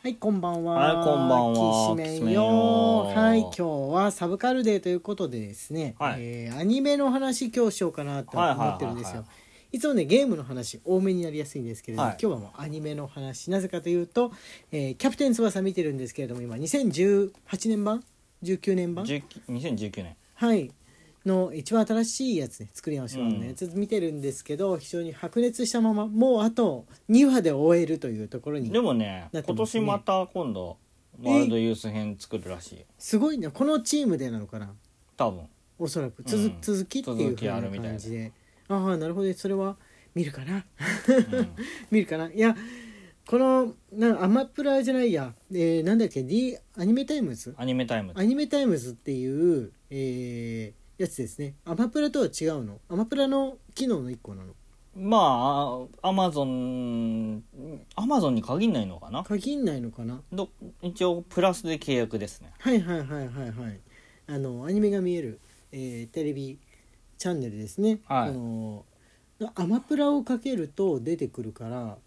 はい、こんばんは。はいこんばんはきしきしめめんんよよ。はい、今日はサブカルデーということでですね、はいえーアニメの話今日しようかなと思ってるんですはいはいはいよはい。いつもね、ゲームの話多めになりやすいんですけれども、はい今日はもうアニメの話。なぜかというと、えーキャプテン翼見てるんですけれども、今、2018年版 ?19 年版10 2019年はい。の一番新しいやつね作り直し版のやつ見てるんですけど、非常に白熱したままもうあと2話で終えるというところにでもねなって今ます年ねまた今度ワールドユース編作るらしいよすごいねこのチームでなのかな 多分おそらく続,、うん続きっていう続ふうきなあるみたいな感じでああなるほどそれは見るかな うん見るかないやこのなアマプラじゃないや、えーなんだっけ、D、アニメタイムズアニメタイムアニメタイムズっていう、えーやつですねアマプラとは違うのアマプラの機能の一個なのまあアマゾンアマゾンに限んないのかな限んないのかなど一応プラスで契約ですねはいはいはいはいはいあのアニメが見える、えーテレビチャンネルですね、はあいのアマプラをかけると出てくるから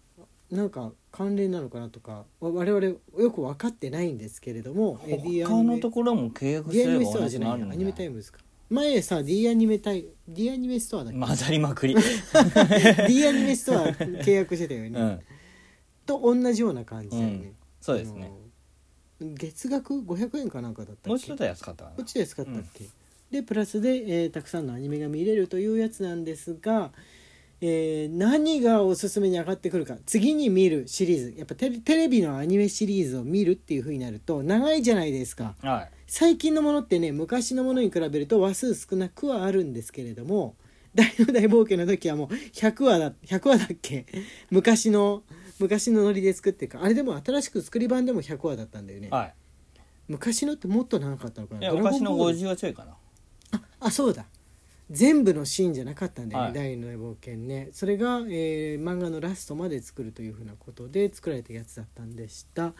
なんか関連なのかなとかわ我々よく分かってないんですけれどもえー D アニ他のメところも契約すゲーれムばスト同アじじゃになないるやんアだニメタイよムですか前さ D アニメタイ D アニメストアだっけ、混ざりまく り D アニメストア契約してたよね、うんと同じような感じだよね、うんそうですねあの月額500円かなんかだったっけもうちょっと安かったかこっなちで使ったっけ、でプラスで、えーたくさんのアニメが見れるというやつなんですが、えー何がおすすめに上がってくるか次に見るシリーズやっぱテレテレビのアニメシリーズを見るっていう風になると長いじゃないですかはい最近のものってね昔のものに比べると話数少なくはあるんですけれども「大の大冒険」の時はもう100話だ100話だっけ昔の昔のノリで作ってるからあれでも新しく作り版でも100話だったんだよね、は昔のってもっと長かったのかいないやドラゴン昔のボール50はちょいかなあそうだ全部のシーンじゃなかったんだよね「はい第二の冒険ね」それが、えー漫画のラストまで作るというふうなことで作られたやつだったんでした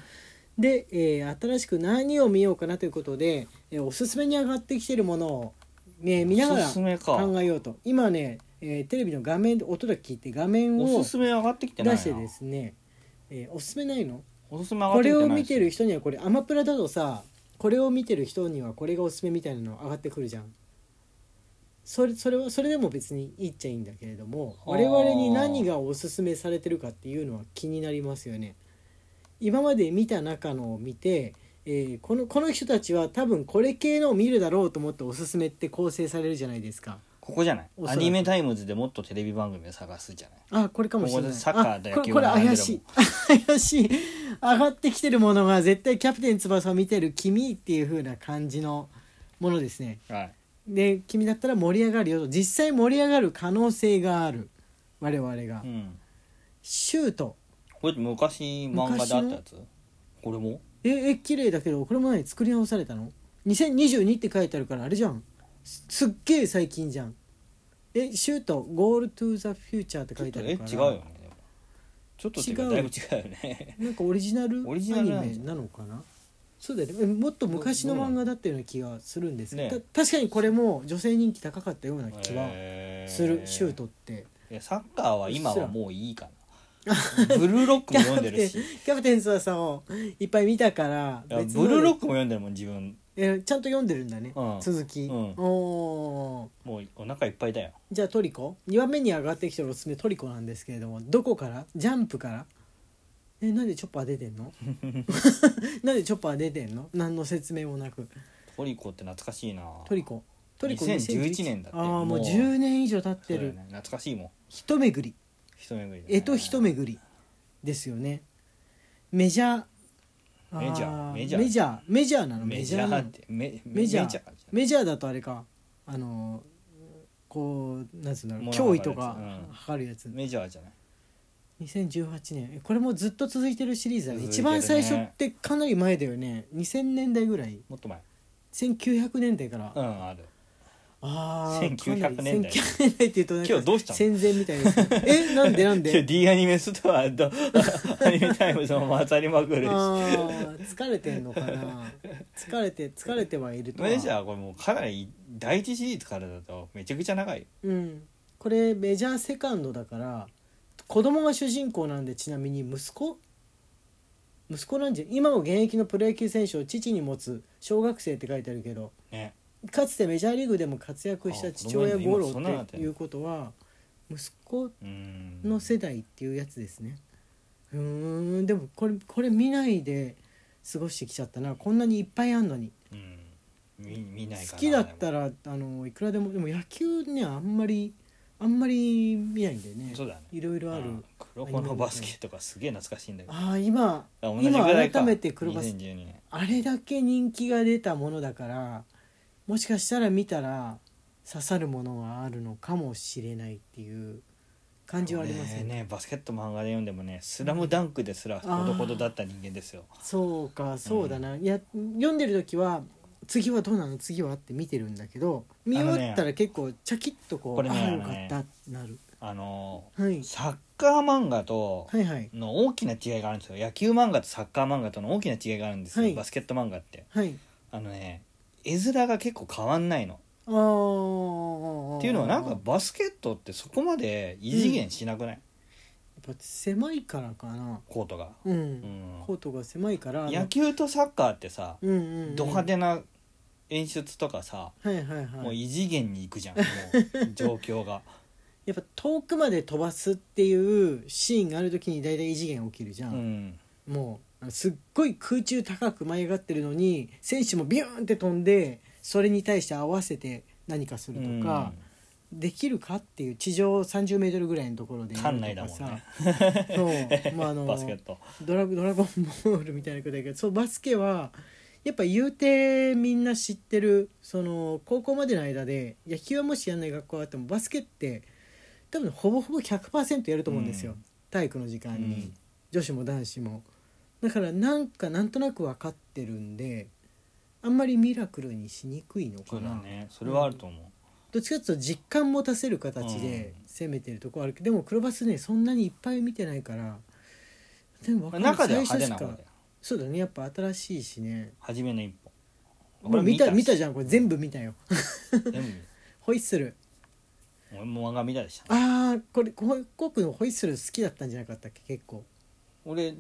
で、えー新しく何を見ようかなということで、えーおすすめに上がってきてるものを、ね、見ながおらすすめか考えようと今ね、えーテレビの画面で音だけ聞いて画面おをすすめ上がってきてな出いしてなですね、えーおすすめないのおすすめ上がっこてきてれをないですね見てる人にはこれアマプラだとさこれを見てる人にはこれがおすすめみたいなの上がってくるじゃんそれそれはそれでも別にいいっちゃいいんだけれどもはあ我々に何がおすすめされてるかっていうのは気になりますよね今まで見た中のを見て、えーこのこの人たちは多分これ系のを見るだろうと思っておすすめって構成されるじゃないですかここじゃないおそらアくニメタイムズでもっとテレビ番組を探すじゃないあこれかもしれないここでサッカーとあ野球これをこ並れ怪べるしい 怪しい上がってきてるものが絶対キャプテン翼を見てる君っていう風な感じのものですねはいで君だったら盛り上がるよと実際盛り上がる可能性がある我々が、うんシュートこれって昔漫画であったやつこれもええ綺麗だけどこれも何作り直されたの ?2022 って書いてあるからあれじゃんすすっげえ最近じゃんえシュートゴールトゥザフューチャーってち書ょっいてとあえる違からうよねでもちょっとっていうか違うだいぶ違うよねなんかオリジナルオリジナルなんアじゃニメなのかなそうだよねえもっと昔の漫画だったような気がするんですけど、ねた確かにこれも女性人気高かったような気はえする、シュートっていやサッカーは今はもういいかなブルーロックも読ん でるしいキャプテン翼をいっぱい見たからやブ別のルーロックも読んでるもん自分えちゃんと読んでるんだね、うん続き、うんおーもうお腹いっぱいだよじゃあトリコ2番目に上がってきてるおすすめトリコなんですけれどもどこからジャンプからえなんでチョッパー出てんの なんでチョッパー出てんの何の説明もなくトリコって懐かしいなトリコトリコ2011年だってああもうもう10年以上経ってそうる、だよね懐かしいもん一巡り一巡りだね絵と一巡りですよねメジャーあメジャーメメジジャャーーメジャーメジャーなのメメジジャャーなーっのてメメジャーメメジャーだとあれかあのこうなんつうんだろうもう脅威とか測るやつうん測るやつ、メジャーじゃない2018年えこれもずっと続いてるシリーズだよね続いて一るね番最初ってかなり前だよね2000年代ぐらいもっと前1900年代から、うんあるああ1900年代1900年代っていうとなんか今日どうしたの戦前みたいですね えなんでなんいやで D アニメストアと アニメタイムズも混ざりまくあるしー疲れてんのかな疲れて疲れてはいるとはメジャーこれもうかなり第一シリーズからだとめちゃくちゃ長いようんこれメジャーセカンドだから子供が主人公なんでちなみに息子息子なんじゃ今も現役のプロ野球選手を父に持つ小学生って書いてあるけどねかつてメジャーリーグでも活躍した父親ゴロっていうことは息子うんの世代っていうやつですねうーんでもこれこれ見ないで過ごしてきちゃったなこんなにいっぱいあんのにうん見見ないかな好きだったらあのいくらでもでも野球ねあんまりあんまり見ないんだよねそうだねいろいろある、うん黒子のバスケとかすげえ懐かしいんだけどああ今同じぐ今らいか改めて黒バス2012年あれだけ人気が出たものだからもしかしたら見たら刺さるものはあるのかもしれないっていう感じはありますよ俺ねねバスケット漫画で読んでもね「スラムダンクですらほどほどだった人間ですよそうかそうだな、いや読んでる時は次はどうなの次はって見てるんだけど見終わったら結構チャキッとここうれあねああよのかねったってなる、あのはい、サッカー漫画とはいはいの大きな違いがあるんですよ野球漫画とサッカー漫画との大きな違いがあるんですよ、はいバスケット漫画ってはいあのね絵面が結構変わんないのあーっていうのはなんやかバスケットってそこまで異次元しなくない、っぱ狭いからかなコートが、うん、うんコートが狭いから野球とサッカーってさ、うんうんうんド派手な演出とかさ、はいはいはいもう異次元に行 くじゃんもう状況がやっぱ遠くまで飛ばすっていうシーンがある時に大体異次元起きるじゃ、うんんもうすっごい空中高く舞い上がってるのに選手もビューンって飛んでそれに対して合わせて何かするとか、できるかっていう地上3 0ルぐらいのところでやるとかさそうまああうの んバスケットドラドラゴンボールみたいなことだけどそうバスケはやっぱ言うてみんな知ってるその高校までの間で野球はもしやんない学校があってもバスケって多分ほぼほぼ100%やると思うんですよ、うん体育の時間に、うん女子も男子もだからなんかなんとなく分かってるんであんまりミラクルにしにくいのそかうだな、ねそれはあると思う、どっちかっていうと実感持たせる形で攻めてるとこあるけど、でも黒バスねそんなにいっぱい見てないからでも分かる中では最初派手しなか方だよそうだねやっぱ新しいしね初めの一歩もう見た見たじゃんゃんこれ全部見たよ全部見たホイッスル俺も漫画見たでしたああこれこコくのホイッスル好きだったんじゃなかったっけ結構 俺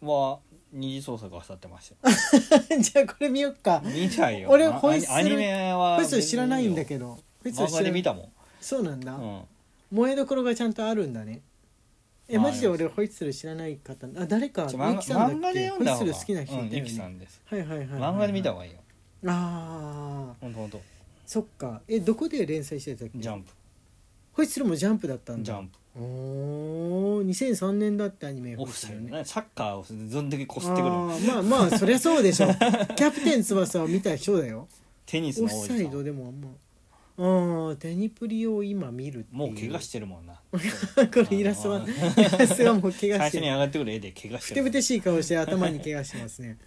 は二次創作は去ってましたよじゃあこれ見よっか見たよ俺まあホイッスルアニメはホイッスル知らないんだけどホイッスル漫画知でらな見いたもん、そうなんだ、うん、燃えどころがちゃんとあるんだねえまマあジであり俺ますホイッスル知らない方あ誰かちょ漫ゆ画きさん漫だっ画でけホイ読んッだ方スがル好きな人うんいたゆよきさねんですはいはいはいはいはい漫画で見た方がいいよああ本当本当そっかえどこで連載してたっけジャンプホイッスルもジャンプだったんだジャンプおー2003年だってアニメオホイッフスサイルドねねサッカーを全んだけこすってくあるーまあまあそりゃそうでしょ キャプテン翼を見た人だよテニスのオ王フ子サさイドんでもあんまあーテニプリを今見るっていうもう怪我してるもんなこれイラストはイラストはもう怪最我し初てにる上がってくる絵で怪我しふててるぶてしい顔して頭に怪我してますね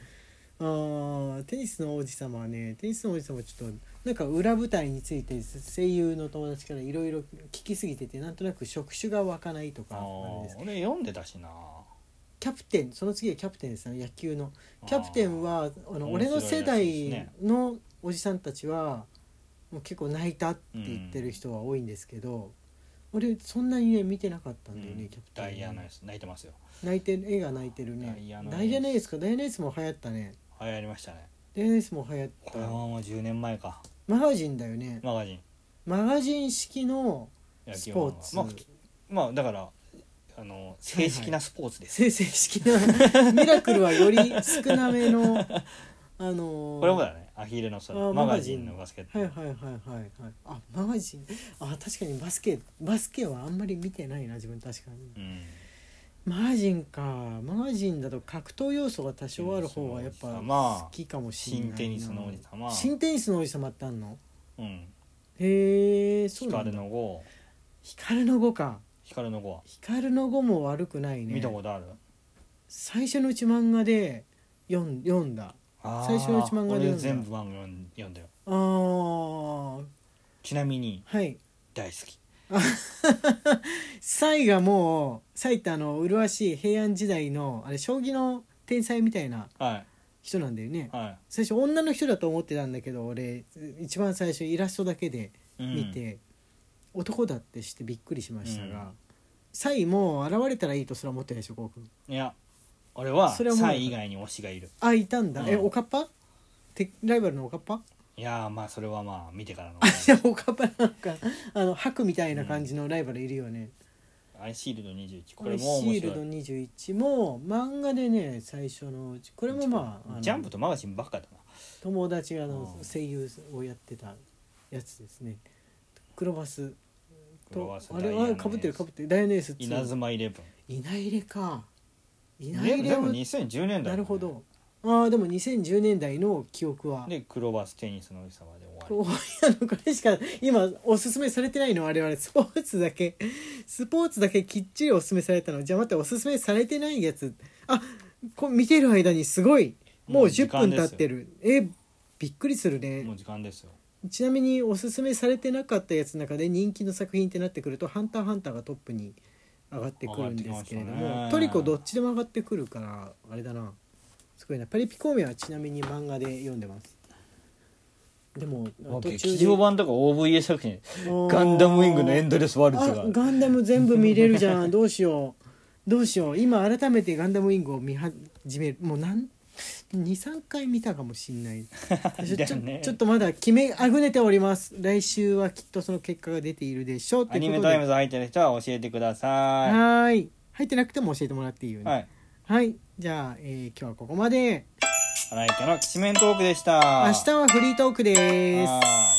あーテニスの王子様はねテニスの王子様はちょっとなんか裏舞台について声優の友達からいろいろ聞きすぎててなんとなく触手が湧かないとかあなんですー俺読んでたしなキャプテンその次はキャプテンですね野球のキャプテンはあの面白い俺の世代やのおじさんたちはもう結構泣いたって言ってる人は多いんですけど、俺そんなにね見てなかったうんだよね、んキャプテンダイアナエース泣いてますよ泣いてる絵が泣いてるねダイアナエースダイアナエースかダイアナエースも流行ったね流行りましたねダイアナエースも流行っこたれはもう10年前かマガジンだよねマガジンマガジン式の野ス球ポ漫ーツ画まあ普通まあだからあの正式なスポーツです生成式な ミラクルはより少なめ のあのーこれもだねアヒルの空あーマガジンのバスケットはいはいはいはいはいあマガジンあ確かにバスケバスケはあんまり見てないな自分確かにうんマガジンかマガジンだと格闘要素が多少ある方はやっぱ好きかもしれないな新テニスの王子様新テニスの王子様ってあんのうんへえそうなん光だの碁光の碁か光の碁は光の碁も悪くないね見たことある最初のうち漫画で読ん読んだあー最初の一漫画で読んだ俺全部漫画読ん読んだよあーちなみにはい大好きサイがもうサイってあの麗しい平安時代のあれ将棋の天才みたいなは人なんだよねいは最初女の人だと思ってたんだけど俺一番最初イラストだけでい、うん見て、男だってしてびっくりしましたが、サイも現れたらいいとそれは思ってないでしょこうくんいや俺はそれはもうサイ以外に推しがいるあいたんだ、えうんおかっぱてライバルのおかっぱ いやーまあそれはまあ見てからのいやおかっぱなんかあの白みたいな感じのライバルいるよね、アイシールド21ここれれもシ面ー白ルドい21も漫画でね最初のうちこれもまああのジャンプとマガジンばっかだな友達があのうん声優をやってたやつですね黒バスクロとワッサあれはかぶってるかぶってるダイアネース2稲妻イレブンいないれかいないでれもは2010年代なるほどああでも2010年代の記憶はでクロバステニスの王子様で終わこうあのこれしか今おすすめされてないの我々スポーツだけスポーツだけきっちりおすすめされたのじゃあ待っておすすめされてないやつあこう見てる間にすごいもうもう時10間分で経すよってるえびっくりするりねもう時間ですよちなみにおすすめされてなかったやつの中で人気の作品ってなってくると「ハンターハンター」がトップに上がってくるんですけれど上がってきましたもねトリコどっちでも上がってくるからあれだなすごいなパリピ孔明はちなみに漫画で読んでますでも途中劇で場版とか OVA 作品ガンダムウィングのエンドレスワルツあがガンダム全部見れるじゃんどうしようどうしよう今改めてガンダムウィングを見始めるもうなん23回見たかもしんない ちょだちよょねちょっとまだ決めあぐねております来週はきっとその結果が出ているでしょうアといニうこメとタイムでズ入ってる人は教えてくだはさーい入ってなくても教えてもらっていいよいねははい、いじゃあ、えー今日はここまで荒井家のきしめんトークでした明日はフリートークですはーい